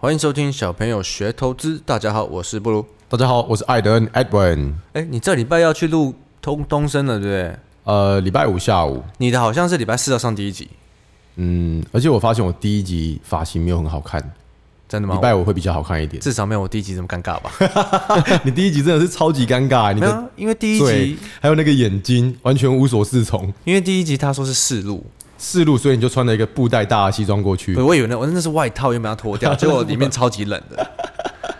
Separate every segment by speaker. Speaker 1: 欢迎收听小朋友学投资。大家好，我是布鲁。
Speaker 2: 大家好，我是艾德恩 Edwin。
Speaker 1: 哎，你这礼拜要去录通东升了，对不对？
Speaker 2: 呃，礼拜五下午，
Speaker 1: 你的好像是礼拜四要上第一集，
Speaker 2: 嗯，而且我发现我第一集发型没有很好看，
Speaker 1: 真的吗？
Speaker 2: 礼拜五会比较好看一点。
Speaker 1: 至少没有我第一集这么尴尬吧？
Speaker 2: 你第一集真的是超级尴尬，你
Speaker 1: 没有
Speaker 2: 的
Speaker 1: 啊，因为第一
Speaker 2: 嘴
Speaker 1: 集，
Speaker 2: 还有那个眼睛完全无所适从，
Speaker 1: 因为第一集他说是试录，
Speaker 2: 四路，所以你就穿了一个布袋大的西装过去
Speaker 1: 对，。我以为那我那是外套，原本要脱 掉，结果里面超级冷的。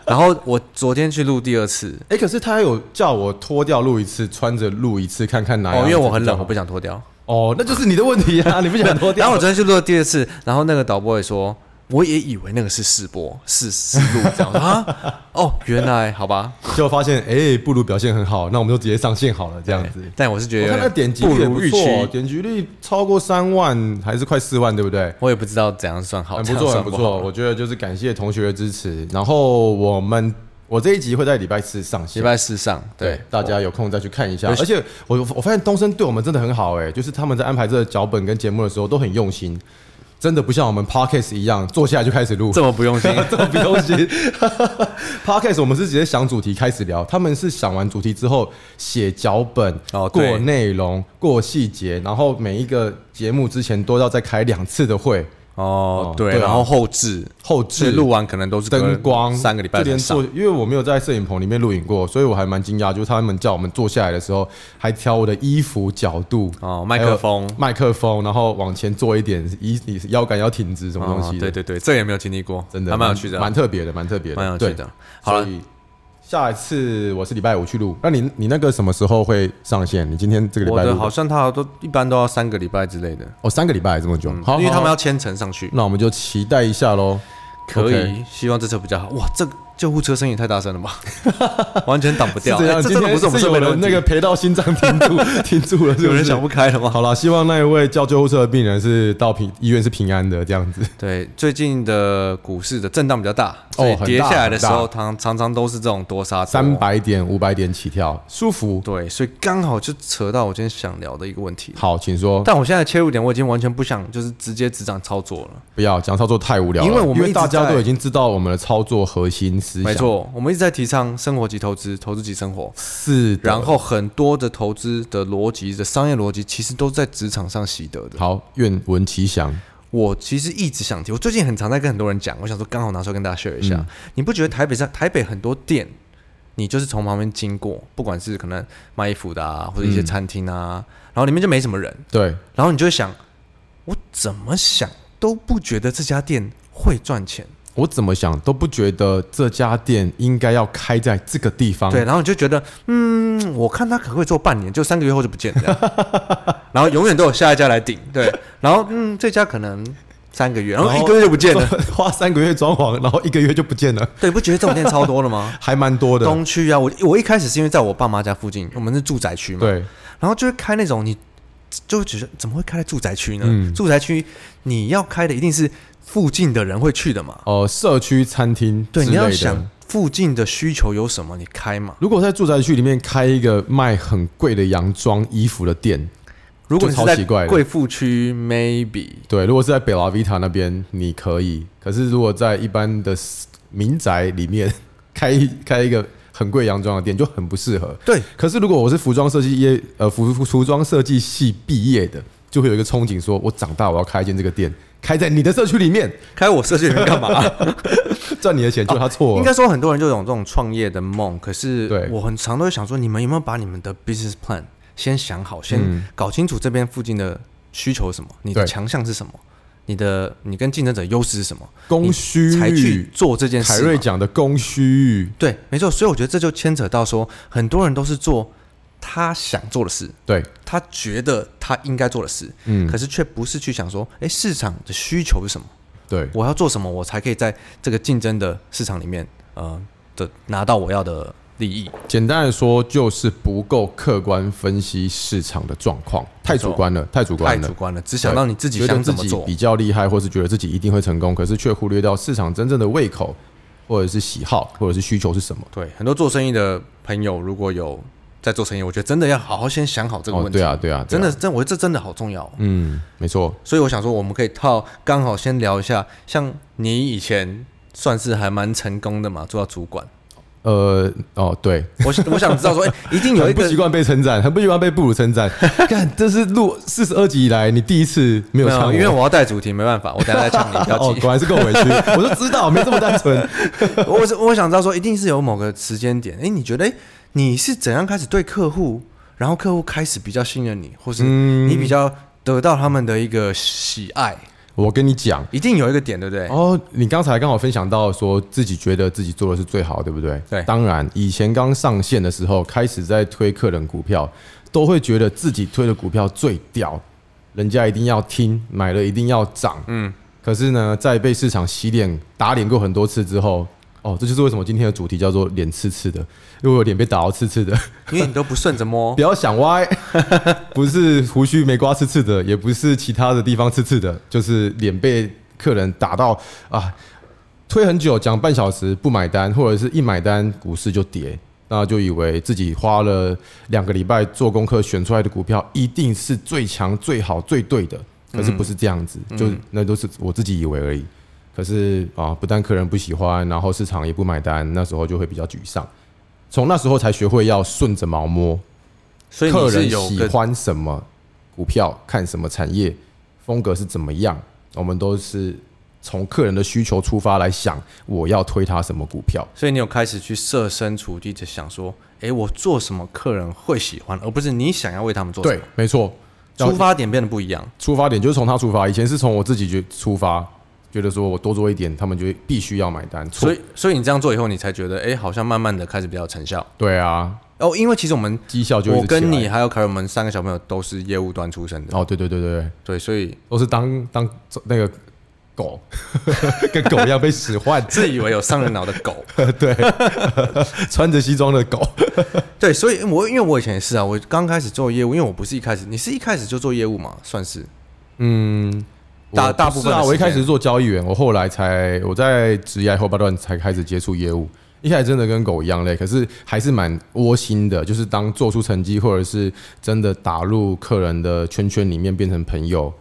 Speaker 1: 然后我昨天去录第二次，
Speaker 2: 哎、可是他有叫我脱掉录一次，穿着录一次，看看哪样
Speaker 1: 哦，因为我很
Speaker 2: 比较
Speaker 1: 冷，
Speaker 2: 好
Speaker 1: 我不想脱掉。
Speaker 2: 哦，那就是你的问题啊，你不 想脱掉？
Speaker 1: 然后我昨天去录了第二次，然后那个导播也说，我也以为那个是试播、试试录这样我说 啊。哦，原来好吧，
Speaker 2: 就发现，哎、不如表现很好，那我们就直接上线好了，这样子。
Speaker 1: 但我是觉
Speaker 2: 我
Speaker 1: 得
Speaker 2: 看那点击
Speaker 1: 不
Speaker 2: 率也
Speaker 1: 如
Speaker 2: 不
Speaker 1: 预
Speaker 2: 错，
Speaker 1: 期，
Speaker 2: 点击率超过三万，还是快四万，对不对？
Speaker 1: 我也不知道怎样算好，
Speaker 2: 很
Speaker 1: 怎
Speaker 2: 不
Speaker 1: 样
Speaker 2: 错，
Speaker 1: 算
Speaker 2: 很不
Speaker 1: 好
Speaker 2: 错。。我觉得就是感谢同学的支持。然后我们我这一集会在礼拜四上
Speaker 1: 礼
Speaker 2: 线，
Speaker 1: 拜四上，对
Speaker 2: 对，大家有空再去看一下。
Speaker 1: 尤其
Speaker 2: 而且我我发现东升对我们真的很好哎、就是他们在安排这个脚本跟节目的时候都很用心，真的不像我们 podcast 一样坐下来就开始录。
Speaker 1: 这么不用心，
Speaker 2: 这么不用心。Podcast 我们是直接想主题开始聊，他们是想完主题之后写脚本、
Speaker 1: 哦对
Speaker 2: 过内容、过细节，然后每一个节目之前都要再开两次的会，
Speaker 1: 哦
Speaker 2: 哦，
Speaker 1: 对，
Speaker 2: 对啊
Speaker 1: 然后后置
Speaker 2: 后
Speaker 1: 是
Speaker 2: 置
Speaker 1: 录完可能都是隔
Speaker 2: 灯光
Speaker 1: 三个礼拜
Speaker 2: 就连
Speaker 1: 才上
Speaker 2: 做，，因为我没有在摄影棚里面录影过，所以我还蛮惊讶，就是他们叫我们坐下来的时候，还挑我的衣服角度
Speaker 1: 哦麦克风
Speaker 2: 还有麦克风，然后往前坐一点，椅椅腰杆要挺直，什么东西
Speaker 1: 哦
Speaker 2: 的
Speaker 1: 对对对，这个也没有经历过，
Speaker 2: 真的
Speaker 1: 还蛮有趣的啊
Speaker 2: 蛮，特别的，蛮特别的，
Speaker 1: 蛮有趣
Speaker 2: 对
Speaker 1: 的。。好了
Speaker 2: 所，以下一次我是礼拜五去录。那你你那个什么时候会上线？你今天这个礼
Speaker 1: 我
Speaker 2: 拜
Speaker 1: 的
Speaker 2: 录
Speaker 1: 好像他都一般都要三个礼拜之类的，
Speaker 2: 哦，三个礼拜这么久，好，
Speaker 1: 嗯因为他们
Speaker 2: 好
Speaker 1: 要签层上去。
Speaker 2: 那我们就期待一下喽。
Speaker 1: 可
Speaker 2: OK
Speaker 1: 以，希望这车比较好。哇，这个救护车声音也太大声了吧， 完全挡不
Speaker 2: 是
Speaker 1: 掉。
Speaker 2: 这
Speaker 1: 哎
Speaker 2: 样，
Speaker 1: 这
Speaker 2: 今
Speaker 1: 真的不
Speaker 2: 天
Speaker 1: 是我们设
Speaker 2: 有
Speaker 1: 备的
Speaker 2: 人
Speaker 1: 问题
Speaker 2: 那个赔到心脏停住 停住了，是不是
Speaker 1: 有人想不开了吗？
Speaker 2: 好了，希望那一位叫救护车的病人是到平医院是平安的这样子。
Speaker 1: 对，啊最近的股市的震荡比较大，
Speaker 2: 哦
Speaker 1: 所以
Speaker 2: 很大
Speaker 1: 跌下来的时候，
Speaker 2: 很
Speaker 1: 常常常都是这种多杀多
Speaker 2: 三。百点、五百点起跳，舒服。
Speaker 1: 对，所以刚好就扯到我今天想聊的一个问题。
Speaker 2: 好，请说。
Speaker 1: 但我现在切入点，我已经完全不想就是直接只涨操作了。
Speaker 2: 不要讲操作太无聊了，
Speaker 1: 因为我们一直
Speaker 2: 大家
Speaker 1: 在
Speaker 2: 都已经知道我们的操作核心思想。
Speaker 1: 没，错，我们一直在提倡生活即投资，投资即生活。
Speaker 2: 是的。
Speaker 1: 然后很多的投资的逻辑的商业逻辑，其实都在职场上习得的。
Speaker 2: 好，愿闻其详。
Speaker 1: 我其实一直想提，我最近很常在跟很多人讲，我想说刚好拿出来跟大家 share 一下。
Speaker 2: 嗯
Speaker 1: 你不觉得台北上台北很多店，你就是从旁边经过，不管是可能卖衣服的啊，或者一些餐厅
Speaker 2: 嗯
Speaker 1: 啊，然后里面就没什么人，
Speaker 2: 对，
Speaker 1: 然后你就会想，我怎么想都不觉得这家店会赚钱，
Speaker 2: 我怎么想都不觉得这家店应该要开在这个地方。
Speaker 1: 对，，然后你就觉得，嗯，我看他可能会做半年，就三个月后就不见了， 然后永远都有下一家来顶，对，然后嗯，这家可能三个月，然后
Speaker 2: 然后
Speaker 1: 一个月就不见了，
Speaker 2: 花三个月装潢，然后一个月就不见了，
Speaker 1: 对，不觉得这种店超多了吗？
Speaker 2: 还蛮多的。
Speaker 1: 东区啊，我我一开始是因为在我爸妈家附近，我们是住宅区嘛，，
Speaker 2: 嗯对，
Speaker 1: 然后就会开那种你就会觉得怎么会开在住宅区呢？
Speaker 2: 嗯
Speaker 1: 住宅区你要开的一定是附近的人会去的嘛，
Speaker 2: 哦、社区餐厅之
Speaker 1: 对，
Speaker 2: 类
Speaker 1: 你
Speaker 2: 的。
Speaker 1: 要想附近的需求有什么，你开嘛。
Speaker 2: 如果在住宅区里面开一个卖很贵的洋装衣服的店，
Speaker 1: 如果你是
Speaker 2: 就
Speaker 1: 在
Speaker 2: 超奇怪的
Speaker 1: 贵妇区，maybe
Speaker 2: 对，如果是在北拉维塔那边，你可以；可是如果在一般的民宅里面开一开一个很贵洋装的店，就很不适合。
Speaker 1: 对，
Speaker 2: 可是如果我是服装设计业，呃，服服服装设计系毕业的，就会有一个憧憬说我长大我要开一间这个店，开在你的社区里面，
Speaker 1: 开我社区里面干嘛、
Speaker 2: 赚你的钱，就他错
Speaker 1: 应
Speaker 2: 了。
Speaker 1: 该说很多人就有这种创业的梦，可是
Speaker 2: 对
Speaker 1: 我很常都会想说，你们有没有把你们的 business plan 先想好，先
Speaker 2: 嗯
Speaker 1: 搞清楚这边附近的需求是什么，你的
Speaker 2: 对
Speaker 1: 强项是什么，你的你跟竞争者优势是什么，
Speaker 2: 供需
Speaker 1: 才去
Speaker 2: 域，
Speaker 1: 做这件
Speaker 2: 凯
Speaker 1: 事
Speaker 2: 瑞
Speaker 1: 嘛。
Speaker 2: 讲的供需域，
Speaker 1: 对，没错，所以我觉得这就牵扯到说，很多人都是做他想做的事，
Speaker 2: 对，
Speaker 1: 他觉得他应该做的事，
Speaker 2: 嗯
Speaker 1: 可，是却不是去想说，哎，市场的需求是什么，
Speaker 2: 对，
Speaker 1: 我要做什么，我才可以在这个竞争的市场里面，呃的拿到我要的利益。
Speaker 2: 简单来说就是不够客观分析市场的状况，太主观了，太主
Speaker 1: 太
Speaker 2: 观了
Speaker 1: 主。观了，只想让你自己
Speaker 2: 觉得
Speaker 1: 想
Speaker 2: 自
Speaker 1: 怎么
Speaker 2: 己
Speaker 1: 做。
Speaker 2: 比较厉害，或是觉得自己一定会成功，可是却忽略到市场真正的胃口，或者是喜好，或者是需求是什么。
Speaker 1: 对，很多做生意的朋友，如果有在做生意，我觉得真的要好好先想好这个
Speaker 2: 哦，
Speaker 1: 问题。
Speaker 2: 对啊，对啊，对
Speaker 1: 真
Speaker 2: 啊
Speaker 1: 的，真我觉得这真的好重要哦、
Speaker 2: 嗯，没错，
Speaker 1: 所以我想说，我们可以套刚好先聊一下，像你以前算是还蛮成功的嘛，做到主管。
Speaker 2: 呃，哦，对，
Speaker 1: 我想我想知道说，哎、一定有一
Speaker 2: 很不
Speaker 1: 个
Speaker 2: 习惯被称赞，很不习惯被布鲁称 赞。看，这是录四十二集以来，你第一次没有
Speaker 1: 没
Speaker 2: 唱
Speaker 1: 有，
Speaker 2: 我，
Speaker 1: 因为我要带主题，没办法，我等下再唱你，不 要
Speaker 2: 哦，
Speaker 1: 急。
Speaker 2: 果然是够委屈。 我就知道，没这么单纯。
Speaker 1: 我是我想知道说，一定是有某个时间点，哎、你觉得、诶你是怎样开始对客户，然后客户开始比较信任你，或是
Speaker 2: 嗯
Speaker 1: 你比较得到他们的一个喜爱，
Speaker 2: 我跟你讲，
Speaker 1: 一定有一个点，对不对？
Speaker 2: 哦，你刚才刚好分享到说自己觉得自己做的是最好，对不对？
Speaker 1: 对
Speaker 2: 当然，以前刚上线的时候，开始在推客人股票，都会觉得自己推的股票最屌，人家一定要听，买了一定要涨。嗯，可是呢，在被市场洗脸、打脸过很多次之后。哦，这就是为什么今天的主题叫做“脸刺刺的”，因为我脸被打到刺刺的。
Speaker 1: 因为你都不顺着摸
Speaker 2: 不，要想歪，不是胡须没刮刺刺的，也不是其他的地方刺刺的，就是脸被客人打到啊，推很久，讲半小时不买单，或者是一买单股市就跌，那就以为自己花了两个礼拜做功课选出来的股票一定是最强、最好、最对的，可是不是这样子，就那都是我自己以为而已。可是啊，不但客人不喜欢，然后市场也不买单，那时候就会比较沮丧。从那时候才学会要顺着毛摸，
Speaker 1: 所以
Speaker 2: 客
Speaker 1: 你是
Speaker 2: 人
Speaker 1: 有
Speaker 2: 喜
Speaker 1: 个
Speaker 2: 欢什么股票，看什么产业，风格是怎么样，我们都是从客人的需求出发来想，我要推他什么股票。
Speaker 1: 所以你有开始去设身处地的想说，诶，我做什么客人会喜欢，而不是你想要为他们做什
Speaker 2: 对
Speaker 1: 么。，
Speaker 2: 没错，
Speaker 1: 出发点变得不一样。
Speaker 2: 出发点就是从他出发，以前是从我自己觉出发，觉得说我多做一点，他们就必须要买单。
Speaker 1: 所
Speaker 2: 以
Speaker 1: 以，所以你这样做以后，你才觉得，诶，好像慢慢的开始比较有成效。
Speaker 2: 对啊，
Speaker 1: 哦，因为其实我们
Speaker 2: 绩效就一直
Speaker 1: 我跟
Speaker 2: 起来
Speaker 1: 你啊还有凯尔，我们三个小朋友都是业务端出身的，
Speaker 2: 哦，对对对对对，
Speaker 1: 对，所以
Speaker 2: 都是当当那个狗， 跟狗一样被使唤，
Speaker 1: 自以为有上人脑的狗。
Speaker 2: 穿着西装的狗。
Speaker 1: 对，所以我因为我以前也是啊，我刚开始做业务，因为我不是一开始，你是一开始就做业务嘛，算是
Speaker 2: 嗯，
Speaker 1: 大
Speaker 2: 我
Speaker 1: 大
Speaker 2: 不
Speaker 1: 部
Speaker 2: 是
Speaker 1: 分的
Speaker 2: 啊，
Speaker 1: 时
Speaker 2: 我一开
Speaker 1: 间
Speaker 2: 始做交易员，我后来才我在职业后半段才开始接触业务。一开始真的跟狗一样累，可是还是蛮窝心的。就是当做出成绩，或者是真的打入客人的圈圈里面，变成朋友，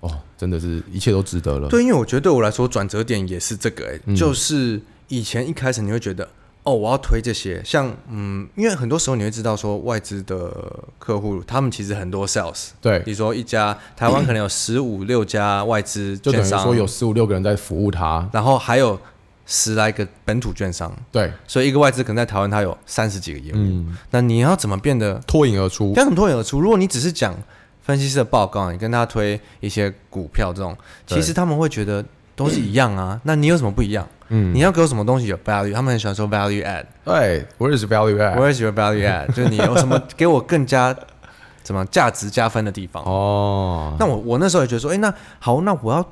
Speaker 2: 哦，真的嗯是一切都值得了。
Speaker 1: 对，因为我觉得对我来说转折点也是这个、欸，就是以前一开始你会觉得。哦，我要推这些，像嗯，因为很多时候你会知道说外资的客户，他们其实很多 sales，比
Speaker 2: 对，
Speaker 1: 如说一家台湾可能有十五六家外资
Speaker 2: 就等
Speaker 1: 券
Speaker 2: 于
Speaker 1: 商，
Speaker 2: 说有十五六个人在服务他。
Speaker 1: 然后还有十来个本土券商，
Speaker 2: 对，
Speaker 1: 所以一个外资可能在台湾它有三十几个业务，
Speaker 2: 嗯，
Speaker 1: 那你要怎么变得
Speaker 2: 脱颖而出。
Speaker 1: 要怎么脱颖而出？如果你只是讲分析师的报告，你跟他推一些股票这种，
Speaker 2: 对
Speaker 1: 其实他们会觉得都是一样 啊。那你有什么不一样？
Speaker 2: 嗯
Speaker 1: 你，要给我什么东西有 value？他们很喜欢说 value add，
Speaker 2: 对，Where is value at？
Speaker 1: 我也喜欢 value add，就是你有什么给我更加怎么价值加分的地方。
Speaker 2: 哦，
Speaker 1: 那我我那时候也觉得说，哎、那好，那我要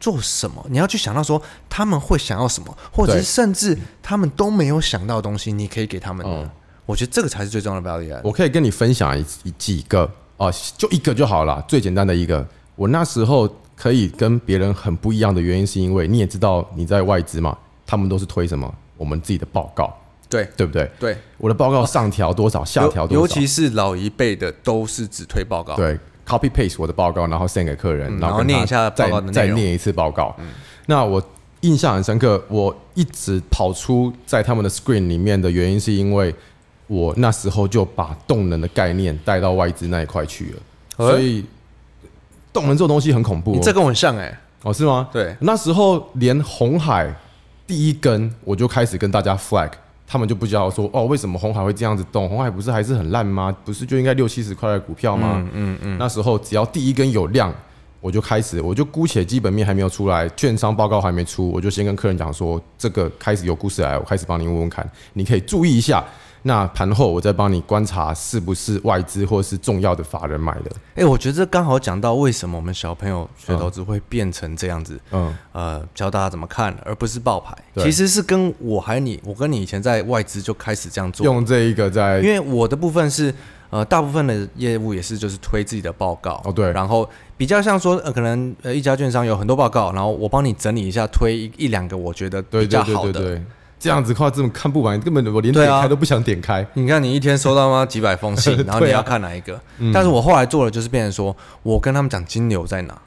Speaker 1: 做什么？你要去想到说他们会想要什么，或者是
Speaker 2: 对
Speaker 1: 甚至他们都没有想到的东西，你可以给他们的。
Speaker 2: 哦
Speaker 1: 我觉得这个才是最重要的 value add。
Speaker 2: 我可以跟你分享一一几个哦，就一个就好了，最简单的一个。我那时候可以跟别人很不一样的原因，是因为你也知道你在外资嘛，他们都是推什么我们自己的报告，
Speaker 1: 对
Speaker 2: 对不对？
Speaker 1: 对，
Speaker 2: 我的报告上调多少，下调多少，
Speaker 1: 尤尤其是老一辈的都是只推报告。
Speaker 2: 对，copy paste 我的报告，然后 send 给客人，
Speaker 1: 嗯
Speaker 2: 然
Speaker 1: 然后
Speaker 2: 跟他
Speaker 1: 念一下报告的内
Speaker 2: 再再
Speaker 1: 容嗯
Speaker 2: 念一次报告。那我印象很深刻，我一直跑出在他们的 screen 里面的原因，是因为我那时候就把动能的概念带到外资那一块去了，
Speaker 1: 哎
Speaker 2: 所以动能这种东西很恐怖、
Speaker 1: 你
Speaker 2: 哦。
Speaker 1: 这跟我很像哎、
Speaker 2: 哦，是吗？
Speaker 1: 对
Speaker 2: 那时候连红海第一根我就开始跟大家 flag，他们就不知道说哦，为什么红海会这样子动？红海不是还是很烂吗？不是就应该六七十块的股票吗？嗯嗯那时候只要第一根有量，我就开始，我就姑且基本面还没有出来，券商报告还没出，我就先跟客人讲说，这个开始有故事来，我开始帮你问问看，你可以注意一下。那盘后我再帮你观察是不是外资或是重要的法人买的，
Speaker 1: 哎、我觉得这刚好讲到为什么我们小朋友学投资会变成这样子，
Speaker 2: 嗯，
Speaker 1: 呃，教大家怎么看，而不是爆牌。
Speaker 2: 对
Speaker 1: 其实是跟我还你，我跟你以前在外资就开始这样做，
Speaker 2: 用这一个在
Speaker 1: 因为我的部分是呃，大部分的业务也是就是推自己的报告
Speaker 2: 哦对
Speaker 1: 然后比较像说呃，可能呃一家券商有很多报告，然后我帮你整理一下，推一一两个我觉得
Speaker 2: 对
Speaker 1: 比
Speaker 2: 对
Speaker 1: 较
Speaker 2: 对
Speaker 1: 好
Speaker 2: 对
Speaker 1: 的。
Speaker 2: 对，这样子的话这么看不完，根本我连
Speaker 1: 对
Speaker 2: 点
Speaker 1: 啊
Speaker 2: 开都不想点开。，
Speaker 1: 你看，你一天收到吗几百封信 然后你
Speaker 2: 对啊
Speaker 1: 要看哪一个？但是我后来做的就是变成说，我跟他们讲金流在哪，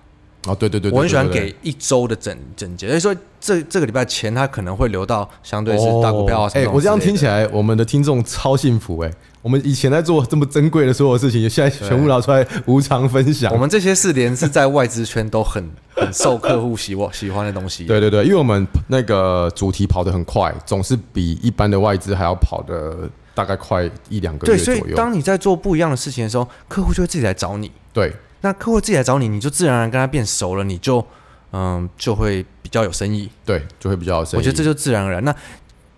Speaker 2: 哦，对对对，对
Speaker 1: 我很喜欢。
Speaker 2: 对对对
Speaker 1: 给一周的整整节，所以说这这个礼拜钱他可能会留到相对是大股票啊什么种
Speaker 2: 哎、
Speaker 1: 之类的。
Speaker 2: 我这样听起来，我们的听众超幸福哎、我们以前在做这么珍贵的所有事情，现在全部拿出来无偿分享
Speaker 1: 我。们这些是连是在外资圈都很很受客户喜欢喜欢的东西。啊
Speaker 2: 对对对，因为我们那个主题跑得很快，总是比一般的外资还要跑得大概快一两个
Speaker 1: 对，
Speaker 2: 月
Speaker 1: 所
Speaker 2: 左
Speaker 1: 以
Speaker 2: 右。
Speaker 1: 当你在做不一样的事情的时候，客户就会自己来找你。
Speaker 2: 对
Speaker 1: 那客户自己来找你，你就自然而然跟他变熟了，你就嗯就会比较有生意。
Speaker 2: 对，就会比较有生意。
Speaker 1: 我觉得这就自然而然。那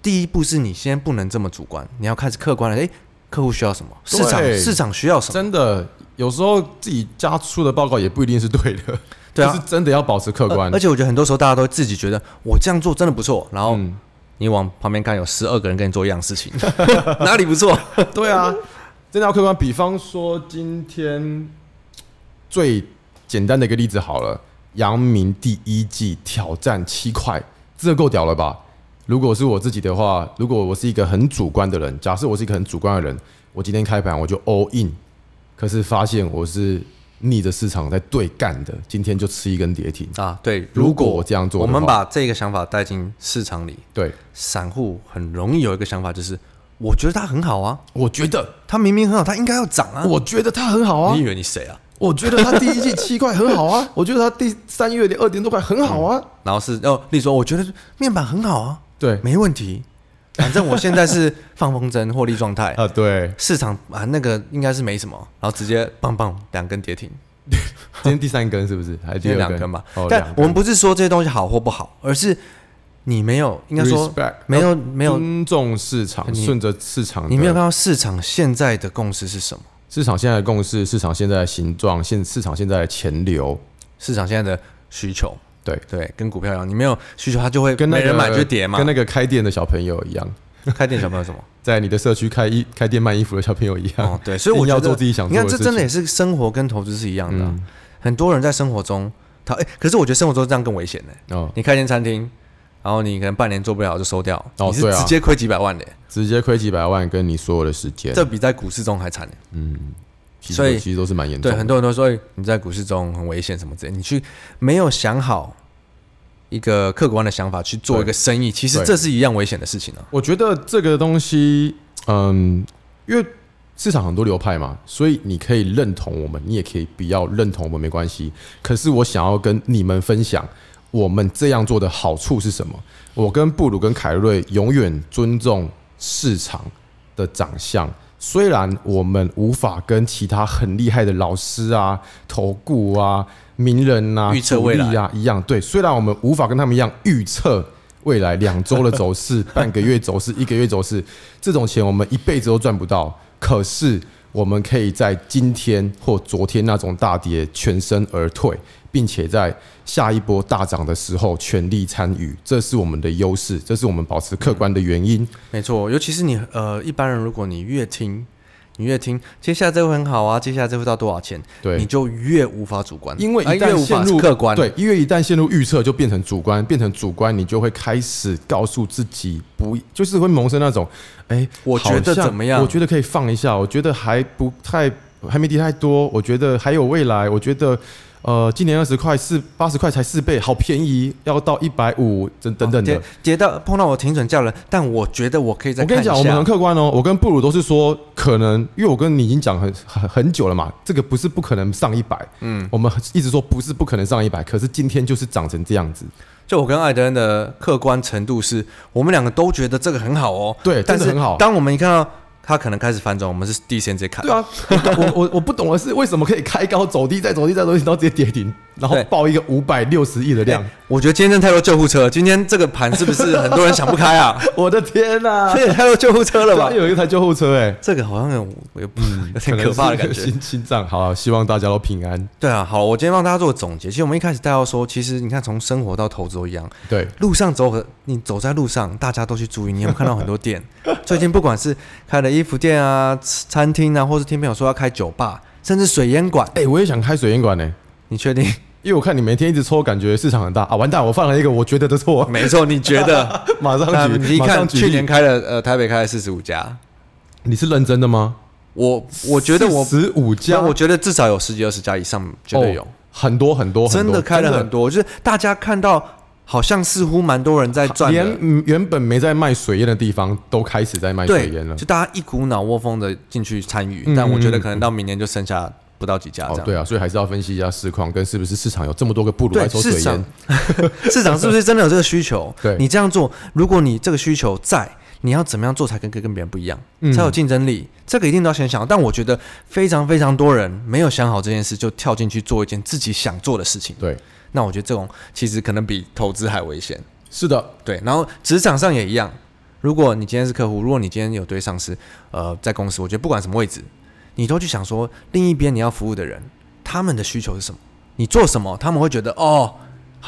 Speaker 1: 第一步是你先不能这么主观，你要开始客观了。诶，客户需要什么？市场
Speaker 2: 对
Speaker 1: 市场需要什么？
Speaker 2: 真的有时候自己家出的报告也不一定是对的，
Speaker 1: 对啊
Speaker 2: 就是真的要保持客观
Speaker 1: 而。且哦我觉得很多时候大家都自己觉得我这样做真的不错，然后
Speaker 2: 嗯
Speaker 1: 你往旁边看有十二个人跟你做一样的事情， 哪里不错？
Speaker 2: 对啊，真的要客观。比方说，今天最简单的一个例子好了，阳明第一季挑战七块，这够屌了吧？如果是我自己的话，如果我是一个很主观的人，假设我是一个很主观的人，我今天开盘我就 all in，可是发现我是逆着市场在对干的，今天就吃一根跌停。
Speaker 1: 啊，对，
Speaker 2: 如果我这样做的
Speaker 1: 我
Speaker 2: 话
Speaker 1: 们把这个想法带进市场里，
Speaker 2: 对，
Speaker 1: 散户很容易有一个想法，就是我觉得它很好啊，
Speaker 2: 我觉得，
Speaker 1: 它明明很好，它应该要涨啊。
Speaker 2: 我觉得它很好啊
Speaker 1: 你以，为你谁啊？
Speaker 2: 我觉得它第一季七块很好 啊，我觉得它第三月的二点多块很好啊。
Speaker 1: 然后是哦，例如说，我觉得面板很好啊，
Speaker 2: 对，
Speaker 1: 没问题， 反正我现在是放风筝获利状 态，
Speaker 2: 啊，对，
Speaker 1: 市场啊那个应该是没什么，然后直接棒棒两根跌停。
Speaker 2: 今天第三根是 不是？还是
Speaker 1: 今天
Speaker 2: 第二
Speaker 1: 两根吧。
Speaker 2: 哦，
Speaker 1: 但我们不是说这些东西好或不好，而是你没有，应该说
Speaker 2: Respect
Speaker 1: 没有没有，
Speaker 2: 尊重市场，
Speaker 1: 你
Speaker 2: 顺着市场的，
Speaker 1: 你没有看到市场现在的共识是什么？
Speaker 2: 市场现在的共识，市场现在的形状，现市场现在的钱流，
Speaker 1: 市场现在的需求，
Speaker 2: 对，
Speaker 1: 对，跟股票一样，你没有需求，它就会
Speaker 2: 跟那
Speaker 1: 没
Speaker 2: 个
Speaker 1: 人买就跌嘛
Speaker 2: 跟。那个开店的小朋友一样，
Speaker 1: 开店小朋友 什么？
Speaker 2: 在你的社区开衣开店卖衣服的小朋友一样
Speaker 1: 哦，，对，所以我
Speaker 2: 啊一定要
Speaker 1: 觉得
Speaker 2: 做自己想
Speaker 1: 你
Speaker 2: 做
Speaker 1: 看
Speaker 2: 的事
Speaker 1: 这
Speaker 2: 情。嗯
Speaker 1: 真的也是生活跟投资是一样的啊、很多人在生活中，他哎，可是我觉得生活中这样更危险呢、
Speaker 2: 哦，
Speaker 1: 你开间餐厅，然后你可能半年做不了就收掉，
Speaker 2: 哦
Speaker 1: 你是
Speaker 2: 对啊
Speaker 1: 直接亏几百万的、
Speaker 2: 直接亏几百万，跟你所有的时间，
Speaker 1: 这比在股市中还惨、欸。
Speaker 2: 其
Speaker 1: 所以
Speaker 2: 实其实都是蛮严重
Speaker 1: 对，很
Speaker 2: 的。
Speaker 1: 多人都说、哎你在股市中很危险什么之类，你去没有想好一个客观的想法去做一个生意，其实
Speaker 2: 对
Speaker 1: 这是一样危险的事情啊。
Speaker 2: 我觉得这个东西，嗯，因为市场很多流派嘛，所以你可以认同我们，你也可以不要认同我们，没关系。可是我想要跟你们分享，我们这样做的好处是什么？我跟布鲁跟凯瑞永远尊重市场的长相。虽然我们无法跟其他很厉害的老师啊、投顾啊、名人啊、
Speaker 1: 预测未来
Speaker 2: 主力啊一样，对，虽然我们无法跟他们一样预测未来两周的走势、半个月走势、一个月走势，这种钱我们一辈子都赚不到。可是我们可以在今天或昨天那种大跌全身而退，并且在下一波大涨的时候全力参与，这是我们的优势，这是我们保持客观的原因。
Speaker 1: 没错，尤其是你呃一般人，如果你越听，你越听，接下来这会很好啊，接下来这会到多少钱，
Speaker 2: 对
Speaker 1: 你就越无法主观，
Speaker 2: 因为一
Speaker 1: 啊越
Speaker 2: 旦
Speaker 1: 无
Speaker 2: 陷
Speaker 1: 法
Speaker 2: 入
Speaker 1: 客观，
Speaker 2: 对，因为一旦陷入预测，就变成主观，变成主观，你就会开始告诉自己不，就是会萌生那种，哎、
Speaker 1: 我觉得
Speaker 2: 好像
Speaker 1: 怎么样
Speaker 2: 我觉得可以放一下，我觉得还不太还没跌太多，我觉得还有未来，我觉得。呃，今年二十块四八十块才四倍，好便宜，要到一百五，等等等的
Speaker 1: 跌。跌哦到碰到我停损价了，但我觉得我可以再
Speaker 2: 我跟
Speaker 1: 看
Speaker 2: 你
Speaker 1: 一下。
Speaker 2: 讲，我们很客观哦。我跟布鲁都是说，可能因为我跟你已经讲很很很久了嘛，这个不是不可能上一百，嗯，我们一直说不是不可能上一百，可是今天就是涨成这样子，
Speaker 1: 就我跟艾德恩的客观程度是，我们两个都觉得这个很好哦，
Speaker 2: 对
Speaker 1: 但是
Speaker 2: 真的很好
Speaker 1: 当我们一看到他可能开始翻转，我们是第一时间直接砍
Speaker 2: 对，啊，我我我不懂的是为什么可以开高走低再走低再走低，然后直接跌停，然后
Speaker 1: 对
Speaker 2: 爆一个五百六十亿的量
Speaker 1: 哎，我觉得今天真的太多救护车了，今天这个盘是不是很多人想不开 啊？
Speaker 2: 我的天呐、啊！
Speaker 1: 这也太多救护车了吧？
Speaker 2: 有一台救护车哎、
Speaker 1: 这个好像有有 有
Speaker 2: 嗯可
Speaker 1: 点
Speaker 2: 能
Speaker 1: 可怕的感
Speaker 2: 是
Speaker 1: 觉。
Speaker 2: 心心脏好、啊希望大家都平安。
Speaker 1: 对啊，好，我今天帮大家做个总结。其实我们一开始带到说，其实你看从生活到投资都一样，
Speaker 2: 对，
Speaker 1: 路上走很，你走在路上，大家都去注意。你有没有看到很多店？ 最近不管是开了衣服店啊、吃餐厅啊，或是听朋友说要开酒吧，甚至水烟馆，
Speaker 2: 哎、我也想开水烟馆呢、
Speaker 1: 你确定？
Speaker 2: 因为我看你每天一直抽，感觉市场很大啊！完蛋，我犯了一个我觉得的错，
Speaker 1: 没错，你觉得？
Speaker 2: 马上
Speaker 1: 那
Speaker 2: 举，
Speaker 1: 你一
Speaker 2: 马
Speaker 1: 看
Speaker 2: 上举
Speaker 1: 去
Speaker 2: 例
Speaker 1: 年开了呃台北开了四十五家，
Speaker 2: 你是认真的吗？
Speaker 1: 我我觉得我
Speaker 2: 十五家，
Speaker 1: 我觉得至少有十几二十家以上绝对有。
Speaker 2: 哦很多很多，
Speaker 1: 真的开了很多，
Speaker 2: 多
Speaker 1: 就是大家看到好像似乎蛮多人在
Speaker 2: 真
Speaker 1: 赚
Speaker 2: 的，
Speaker 1: 的，
Speaker 2: 连嗯原本没在卖水烟的地方都开始在卖水
Speaker 1: 对
Speaker 2: 烟了，。
Speaker 1: 就大家一股脑窝蜂的进去参与，
Speaker 2: 嗯
Speaker 1: 但我觉得
Speaker 2: 嗯
Speaker 1: 可能到明年就剩下不到几家这
Speaker 2: 哦，
Speaker 1: 样。
Speaker 2: 对啊，所以还是要分析一下市况跟是不是市场有这么多个部落
Speaker 1: 对
Speaker 2: 来抽水
Speaker 1: 市场
Speaker 2: 烟。
Speaker 1: 市场是不是真的有这个需求？
Speaker 2: 对
Speaker 1: 你这样做，如果你这个需求在，你要怎么样做才跟跟跟别人不一样，
Speaker 2: 嗯
Speaker 1: 才有竞争力？这个一定都要先想。但我觉得非常非常多人没有想好这件事，就跳进去做一件自己想做的事情。
Speaker 2: 对，
Speaker 1: 那我觉得这种其实可能比投资还危险。
Speaker 2: 是的，
Speaker 1: 对，然后职场上也一样。如果你今天是客户，如果你今天有对上司，呃，在公司，我觉得不管什么位置，你都去想说，另一边你要服务的人，他们的需求是什么？你做什么，他们会觉得哦，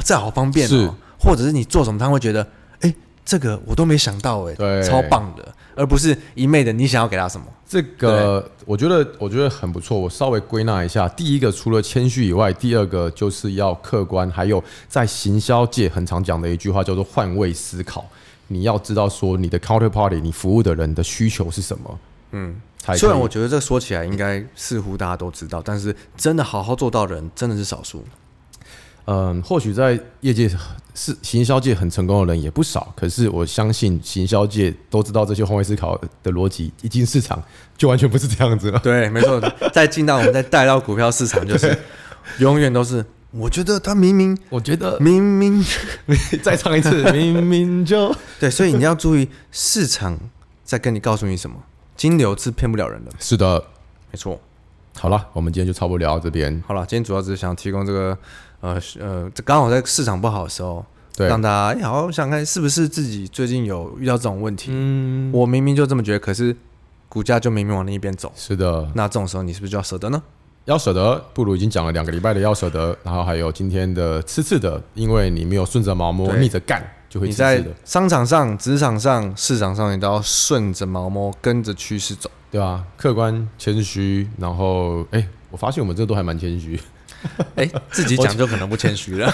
Speaker 1: 这好方便
Speaker 2: 是
Speaker 1: 哦，或者是你做什么，他们会觉得，哎，这个我都没想到，哎，
Speaker 2: 对
Speaker 1: 超棒的，而不是一昧的你想要给他什么。
Speaker 2: 这个我觉得我觉得很不错。我稍微归纳一下，第一个除了谦虚以外，第二个就是要客观，还有在行销界很常讲的一句话叫做换位思考。你要知道说你的 counterparty，你服务的人的需求是什么，
Speaker 1: 嗯，
Speaker 2: 才可以
Speaker 1: 虽然我觉得这说起来应该似乎大家都知道，但是真的好好做到的人真的是少数。
Speaker 2: 嗯，或许在业界是行销界很成功的人也不少，可是我相信行销界都知道这些换位思考的逻辑，一进市场就完全不是这样子了。
Speaker 1: 对，没错，再进到我们再带到股票市场，就是 永远都是，我觉得他明明
Speaker 2: 我觉 得
Speaker 1: 明明
Speaker 2: 再唱一次，明明就
Speaker 1: 对，所以你要注意市场在跟你告诉你什么，金流是骗不了人的，
Speaker 2: 是的。
Speaker 1: 没错。
Speaker 2: 好了，我们今天就差不多聊到这边。
Speaker 1: 好了，今天主要只是想提供这个，呃是呃，这刚好在市场不好的时候，
Speaker 2: 对，
Speaker 1: 让大家哎好好想看是不是自己最近有遇到这种问题。
Speaker 2: 嗯，
Speaker 1: 我明明就这么觉得，可是股价就明明往另一边走，
Speaker 2: 是的，
Speaker 1: 那这种时候你是不是就要舍得呢？
Speaker 2: 要舍得，不如已经讲了两个礼拜的要舍得，然后还有今天的吃刺的，因为你没有顺着毛摸
Speaker 1: 对
Speaker 2: 逆着干，就会
Speaker 1: 你
Speaker 2: 吃刺
Speaker 1: 在
Speaker 2: 的，
Speaker 1: 商场上、职场上、市场上，你都要顺着毛毛跟着趋势走。
Speaker 2: 对吧、啊？客观谦虚，然后哎、我发现我们这都还蛮谦虚。
Speaker 1: 哎、自己讲就可能不谦虚了。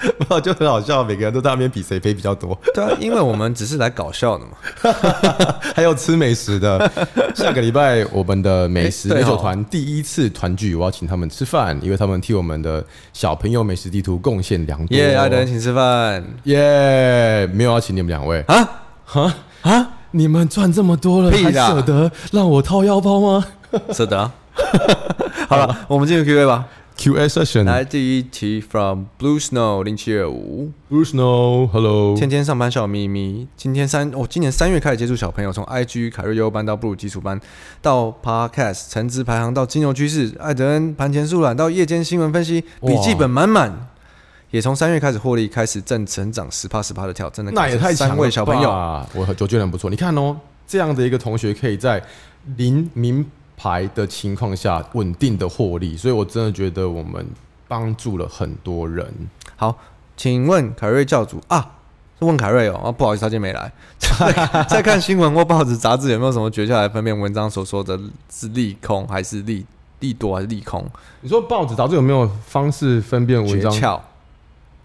Speaker 2: 没有， 就很好笑，每个人都在那边比谁飞比较多，
Speaker 1: 对啊，因为我们只是来搞笑 的嘛。
Speaker 2: 还有吃美食的。 哎下个礼拜我们的美食
Speaker 1: 诶对
Speaker 2: 美
Speaker 1: 哦
Speaker 2: 酒团第一次团聚，我要请他们吃饭，因为他们替我们的小朋友美食地图贡献良多。
Speaker 1: 耶、爱的人请吃饭
Speaker 2: 耶没有要请你们两位，
Speaker 1: 啊啊！
Speaker 2: 你们赚这么多了，
Speaker 1: 屁
Speaker 2: 还
Speaker 1: 啦
Speaker 2: 舍得让我掏腰包吗
Speaker 1: 舍得啊、 好了，我们进入 Q&A 吧。
Speaker 2: ？Q&A session。
Speaker 1: 来，第一题 from Blue Snow 零七二五，
Speaker 2: Bruce No，Hello，
Speaker 1: 天天上班小秘密。今天三，哦我、今年三月开始接触小朋友，从 IG 凯瑞优班到布鲁基础班，到 Podcast 橙汁排行，到金融趋势，艾德恩盘前速览，到夜间新闻分析，笔记本满满。也从三月开始获利，开始正成长十趴十趴的跳，真的
Speaker 2: 那也
Speaker 1: 感谢
Speaker 2: 太强了
Speaker 1: 三位小朋友，
Speaker 2: 吧，我我觉得很不错。你看哦，这样的一个同学可以在零名牌的情况下稳定的获利，所以我真的觉得我们帮助了很多人。
Speaker 1: 好，请问凯瑞教主啊，是问凯瑞哦，啊，不好意思，他今天没来。 在在看新闻或报纸、杂志，有没有什么诀窍来分辨文章所说的是利空还是利利多还是利空？
Speaker 2: 你说报纸杂志有没有方式分辨文
Speaker 1: 诀
Speaker 2: 章？
Speaker 1: 窍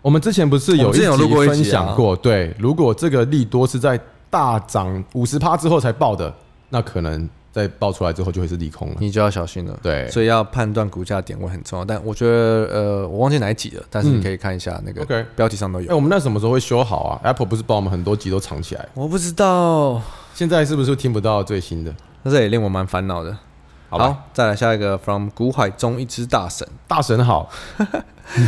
Speaker 2: 我们之前不是
Speaker 1: 我
Speaker 2: 有
Speaker 1: 们之前有录过一集啊
Speaker 2: 分享过，对，如果这个利多是在大涨五十趴之后才报的，那可能在报出来之后就会是利空了。
Speaker 1: 你就要小心了。
Speaker 2: 对
Speaker 1: 所以要判断股价点位很重要。但我觉得，呃，我忘记哪一集了，但是你可以看一下那个
Speaker 2: OK
Speaker 1: 标题上都
Speaker 2: 哎、
Speaker 1: 有。
Speaker 2: 我们那什么时候会修好啊？Apple 不是把我们很多集都藏起来，
Speaker 1: 我不知道，
Speaker 2: 现在是不是听不到最新的？
Speaker 1: 但这也令我蛮烦恼的。
Speaker 2: 好吧，
Speaker 1: 再来下一个，from 股海中一只大 神。
Speaker 2: 大神好，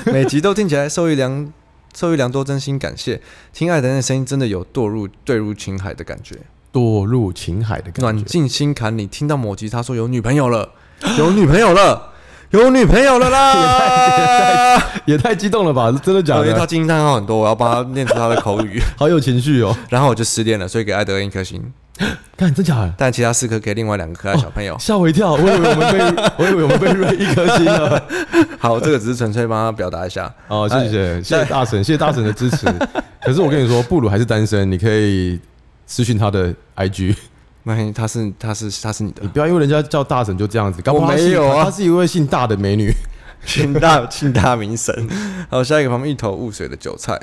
Speaker 1: 每集都听起来受益良受益良多，真心感谢。听爱的人的声音真的有堕入坠入情海的感觉，
Speaker 2: 堕入情海的感
Speaker 1: 暖
Speaker 2: 觉。
Speaker 1: 进心坎里。听到某集他说有女朋友了， 有女朋友了，有女朋友了 啦！
Speaker 2: 也太激动了吧！真的假
Speaker 1: 哦因为他
Speaker 2: 的？
Speaker 1: 惊叹号很多，我要帮他念出他的口语，
Speaker 2: 好有情绪哦！
Speaker 1: 然后我就失恋了，所以给艾德恩一颗星，
Speaker 2: 看，真假的？
Speaker 1: 但其他四颗给另外两个可爱小朋友。
Speaker 2: 吓我一跳！我以为我们被，我以为我们被瑞一颗星啊了。
Speaker 1: 好，这个只是纯粹帮他表达一下。
Speaker 2: 哦，谢谢，谢谢大神，谢谢大神的 支持。可是我跟你说，布鲁还是单身，你可以私讯他的 IG，
Speaker 1: 那他是他是他是你的
Speaker 2: 你，不要因为人家叫大神就这样子。搞不好
Speaker 1: 我
Speaker 2: 他是
Speaker 1: 没有啊
Speaker 2: 她是一位姓大的美女。
Speaker 1: 庆大庆大名神。好，下一个旁边一头雾水的韭菜。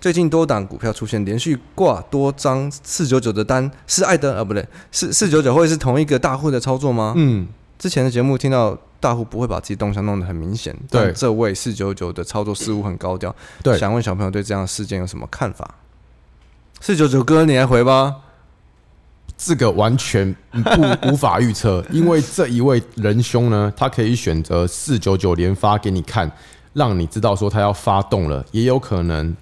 Speaker 1: 最近多档股票出现连续挂多张四九九的单，是艾登啊，不对，是四九九会是同一个大户的操作吗？
Speaker 2: 嗯，
Speaker 1: 之前的节目听到大户不会把自己动向弄得很明显。
Speaker 2: 对
Speaker 1: 但这位四九九的操作似乎很高调。
Speaker 2: 对
Speaker 1: 想问小朋友对这样的事件有什么看法？四九九哥，你来回吧。
Speaker 2: 这个完全不无法预测，因为这一位仁兄呢，他可以选择四九九连发给你看，让你知道说他要发动了，也有可能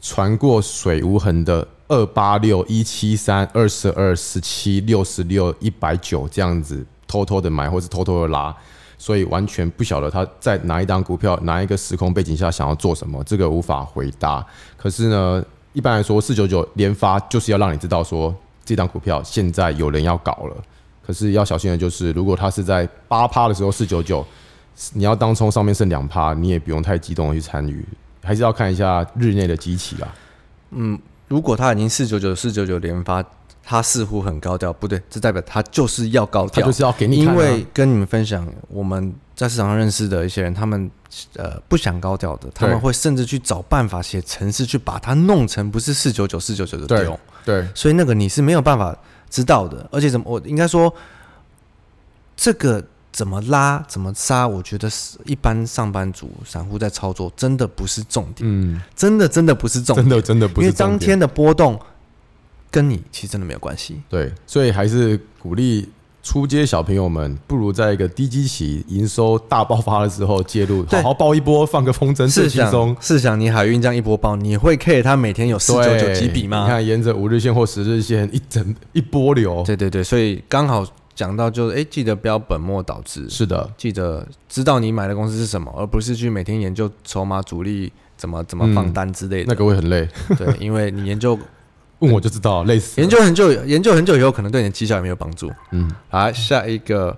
Speaker 2: 传过水无痕的二八六、一七三、二十二、十七、六十六、一百九这样子偷偷的买，或是偷偷的拉。所以完全不晓得他在哪一档股票、哪一个时空背景下想要做什么，这个无法回答。可是呢，一般来说，四九九连发就是要让你知道说这档股票现在有人要搞了。可是要小心的就是，如果它是在八趴的时候四九九，你要当冲上面剩两趴，你也不用太激动的去参与，还是要看一下日内的机器啊。
Speaker 1: 如果他已经四九九四九九连发，他似乎很高调，不对，这代表他就是要高
Speaker 2: 他
Speaker 1: 调，
Speaker 2: 就是要给你看、
Speaker 1: 因
Speaker 2: 啊，
Speaker 1: 为跟你们分享，我们在市场上认识的一些人，他们呃不想高调的，他们会甚至去找办法写程式去把它弄成不是四九九四九九的
Speaker 2: 对
Speaker 1: 丢，
Speaker 2: 对
Speaker 1: 所以那个你是没有办法知道的。而且怎么，我应该说这个怎么拉怎么杀，我觉得是一般上班族散户在操作真的不是重点，
Speaker 2: 嗯，
Speaker 1: 真的真的不是重点，
Speaker 2: 真的真的不
Speaker 1: 因
Speaker 2: 是
Speaker 1: 为当
Speaker 2: 重点
Speaker 1: 天的波动跟你其实真的没有关系。
Speaker 2: 对，所以还是鼓励出街小朋友们，不如在一个低基期、营收大爆发的时候介入，
Speaker 1: 对
Speaker 2: 好好爆一波，放个风筝最
Speaker 1: 试
Speaker 2: 轻松
Speaker 1: 想。，试想你海运这样一波爆，你会 care 它每天有四九九
Speaker 2: 对
Speaker 1: 几笔
Speaker 2: 你
Speaker 1: 吗？
Speaker 2: 看，沿着五日线或十日线一整一波流。
Speaker 1: 对对对，所以刚好讲到就是，哎，记得不要本末倒置，
Speaker 2: 是的，
Speaker 1: 记得知道你买的公司是什么，而不是去每天研究筹码、主力怎么怎么放单之类
Speaker 2: 那
Speaker 1: 的。
Speaker 2: 个会很累，
Speaker 1: 对，因为你研 究
Speaker 2: 问我就知道，累死了。
Speaker 1: 研究很久，研究很久以后，可能对你的绩效也没有帮助。
Speaker 2: 嗯，
Speaker 1: 好，下一个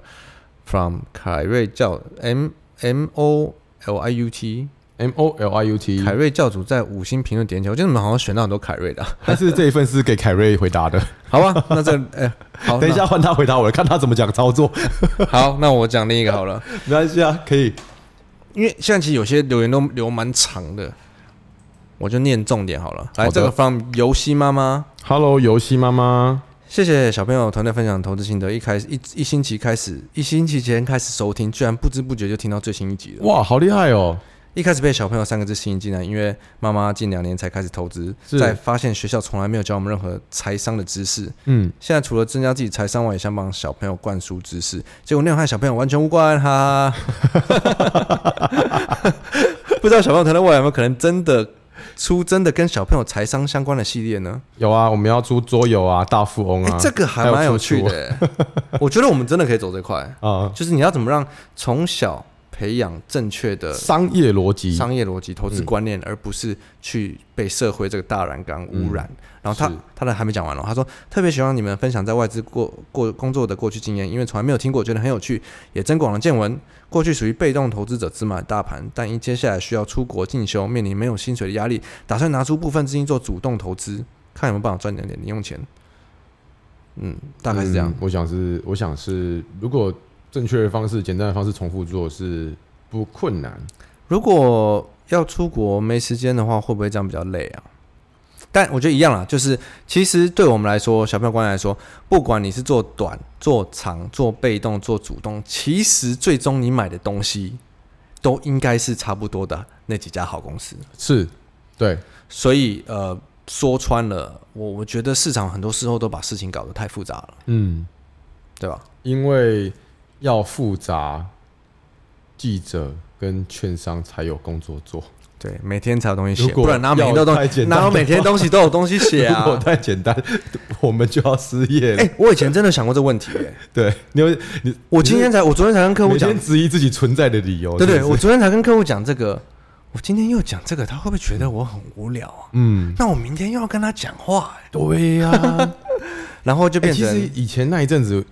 Speaker 1: from 凯瑞教 M M O L I U T
Speaker 2: M O L I U T，
Speaker 1: 凯瑞教主在五星评论点起，我记得你们好像选到很多凯瑞的啊、
Speaker 2: 还是这一份是给凯瑞回答的。
Speaker 1: 好吧？那这哎、好，
Speaker 2: 等一
Speaker 1: 那
Speaker 2: 下换他回答我了，看他怎么讲 操作。
Speaker 1: 好，那我讲另一个好了，
Speaker 2: 没关系啊，可以。
Speaker 1: 因为现在其实有些留言都留蛮长的，我就念重点好了。来，
Speaker 2: 好的
Speaker 1: 这个 from 游戏妈妈，
Speaker 2: Hello，游戏妈妈，
Speaker 1: 谢谢小朋友团队分享投资心得，一开始一一星期开始，一星期前开始收听，居然不知不觉就听到最新一集了。
Speaker 2: 哇，好厉害哦！
Speaker 1: 一开始被小朋友三个字吸引进来，因为妈妈近两年才开始投资，
Speaker 2: 是
Speaker 1: 在发现学校从来没有教我们任何财商的知识，
Speaker 2: 嗯，
Speaker 1: 现在除了增加自己财商外，也想帮小朋友灌输知识，结果内容和小朋友完全无关，哈哈。 不知道小朋友谈到未来有没有可能真的出真的跟小朋友财商相关的系列呢？
Speaker 2: 有啊，我们要出桌游啊，大富翁
Speaker 1: 哎、
Speaker 2: 啊，
Speaker 1: 这个还蛮有趣的、欸，我觉得我们真的可以走这块，
Speaker 2: 啊，
Speaker 1: 就是你要怎么让从小培养正确的
Speaker 2: 商业逻辑，
Speaker 1: 商业逻辑、投资观念，而不是去被社会这个大染缸污染。然后他
Speaker 2: 是
Speaker 1: 他的还没讲完哦，他说特别喜欢你们分享在外资过过工作的过去经验，因为从来没有听过，觉得很有趣，也增广了见闻。过去属于被动投资者只买大盘，但因接下来需要出国进修，面临没有薪水的压力，打算拿出部分资金做主动投资，看有没有办法赚点点零用钱。嗯，大概是这样
Speaker 2: 嗯。我想是，我想是，如果正确的方式、简单的方式重复做是不困难。
Speaker 1: 如果要出国没时间的话，会不会这样比较累啊？但我觉得一样啦，就是其实对我们来说，小朋友观念来说，不管你是做短、做长、做被动、做主动，其实最终你买的东西都应该是差不多的那几家好公司。
Speaker 2: 是，对，
Speaker 1: 所以呃，说穿了，我我觉得市场很多时候都把事情搞得太复杂了，
Speaker 2: 嗯，
Speaker 1: 对吧？
Speaker 2: 因为要复杂，记者跟券商才有工作做。
Speaker 1: 对，每天才有东西
Speaker 2: 如
Speaker 1: 写，
Speaker 2: 果
Speaker 1: 不然哪有每天都有
Speaker 2: 要太
Speaker 1: 东西，
Speaker 2: 简单
Speaker 1: 哪有
Speaker 2: 的
Speaker 1: 每天东西都有东西写
Speaker 2: 如果
Speaker 1: 啊？
Speaker 2: 太简单，我们就要失业了。
Speaker 1: 哎、我以前真的想过这问题、欸，
Speaker 2: 对，你有你
Speaker 1: 我今天才，我昨天才跟客户
Speaker 2: 每
Speaker 1: 讲
Speaker 2: 天，质疑自己存在的理由。
Speaker 1: 对
Speaker 2: 是
Speaker 1: 对，
Speaker 2: 不是
Speaker 1: 我昨天才跟客户讲这个，我今天又讲这个，他会不会觉得我很无聊啊？
Speaker 2: 嗯，
Speaker 1: 那我明天又要跟他讲话、欸
Speaker 2: 对呀、
Speaker 1: 然后就
Speaker 2: 欸
Speaker 1: 变
Speaker 2: 其
Speaker 1: 成、
Speaker 2: 实以前那一阵子，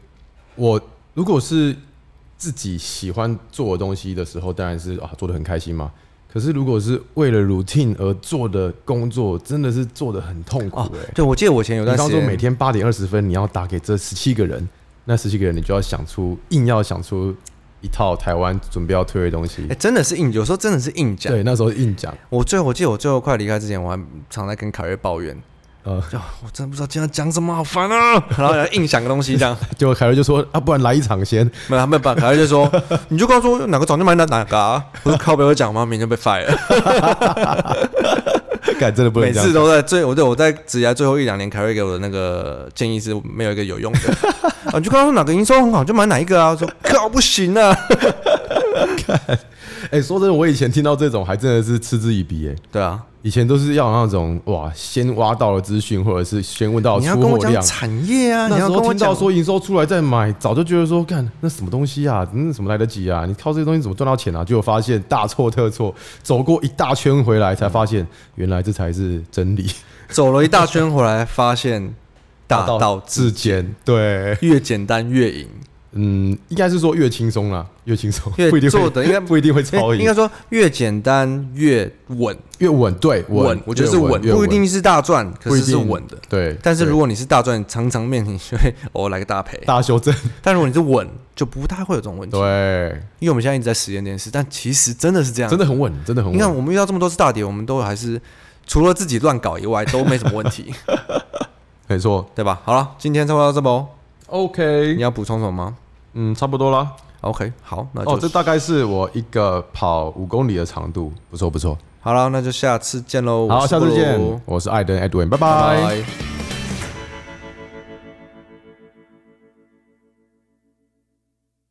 Speaker 2: 我如果是自己喜欢做的东西的时候，当然是啊做的很开心嘛。可是如果是为了 routine 而做的工作，真的是做的很痛苦
Speaker 1: 哦
Speaker 2: 哎、欸。，
Speaker 1: 对，我记得我以前有
Speaker 2: 你
Speaker 1: 段时
Speaker 2: 刚说
Speaker 1: 间
Speaker 2: 每天八点二十分你要打给这十七个人，那十七个人你就要想出硬要想出一套台湾准备要推的东西
Speaker 1: 哎、。真的是硬，有时候真的是硬讲。
Speaker 2: 对，那时候硬讲，
Speaker 1: 我最后我记得我最后快离开之前，我还常在跟凯瑞抱怨，
Speaker 2: 呃，
Speaker 1: 就我真的不知道今天要讲什么，好烦啊！ 然后硬想个东西这 样，
Speaker 2: 结果凯瑞就说啊，不然来一场先。
Speaker 1: 没有，他们把凯瑞就说，你就告诉我哪个早就买哪哪个啊，我说靠北我讲吗？明天被 fire 了。
Speaker 2: 干真的不能
Speaker 1: 每
Speaker 2: 这
Speaker 1: 次
Speaker 2: 样。
Speaker 1: 都在最，我对我在职涯最后一两年，凯瑞给我的那个建议是没有一个有用的。 啊，你就告诉我哪个营收很好，就买哪一个啊。我说 靠，不行 啊。
Speaker 2: 哎、说真的，我以前听到这种还真的是嗤之以鼻哎、
Speaker 1: 对啊，
Speaker 2: 以前都是要有那种哇，先挖到了资讯，或者是先问到
Speaker 1: 你
Speaker 2: 出
Speaker 1: 要跟
Speaker 2: 货
Speaker 1: 我讲
Speaker 2: 量。
Speaker 1: 产业啊，你
Speaker 2: 那时
Speaker 1: 要跟
Speaker 2: 候
Speaker 1: 我
Speaker 2: 听到
Speaker 1: 讲
Speaker 2: 说营收出来再买，早就觉得说干那什么东西啊，那怎么来得及啊？你靠这些东西怎么赚到钱啊？结果发现大错特错，走过一大圈回来才发现，原来这才是真理。
Speaker 1: 走了一大圈回来，发现大道至
Speaker 2: 至简，对，
Speaker 1: 越简单越 赢，
Speaker 2: 嗯，应该是说越轻松啦，越轻松，
Speaker 1: 越
Speaker 2: 不一定会
Speaker 1: 做得应该
Speaker 2: 不一定会超
Speaker 1: 应
Speaker 2: 赢，
Speaker 1: 该说越简单越稳，
Speaker 2: 越稳，对，稳，
Speaker 1: 我觉得是
Speaker 2: 越
Speaker 1: 稳，
Speaker 2: 越
Speaker 1: 不一定是大赚，可
Speaker 2: 不一
Speaker 1: 是
Speaker 2: 定
Speaker 1: 是稳的。
Speaker 2: 对。
Speaker 1: 但是
Speaker 2: 对
Speaker 1: 如果你是大赚，常常面临 就会偶尔来个大 赔。
Speaker 2: 大修正，
Speaker 1: 但如果你是稳，就不太会有这种问题。
Speaker 2: 对，
Speaker 1: 因为我们现在一直在实验这件事，但其实真的是这样。
Speaker 2: 真的很稳，真的很
Speaker 1: 你看，
Speaker 2: 稳。
Speaker 1: 我们遇到这么多次大跌，我们都还是除了自己乱搞以外，都没什么问题，
Speaker 2: 没错
Speaker 1: 对吧？好了，今天差不多到这么，你
Speaker 2: ，OK，
Speaker 1: 要补充什么吗
Speaker 2: 嗯，差不多啦。
Speaker 1: ？OK，好，那就、
Speaker 2: 哦，这大概是我一个跑五公里的长度，不错不错。
Speaker 1: 好了，那就下次见喽。
Speaker 2: 好，
Speaker 1: 我是
Speaker 2: 下
Speaker 1: 布
Speaker 2: 次
Speaker 1: 鲁
Speaker 2: 见，我是艾登 Edwin，拜
Speaker 1: 拜
Speaker 2: 拜。
Speaker 1: 拜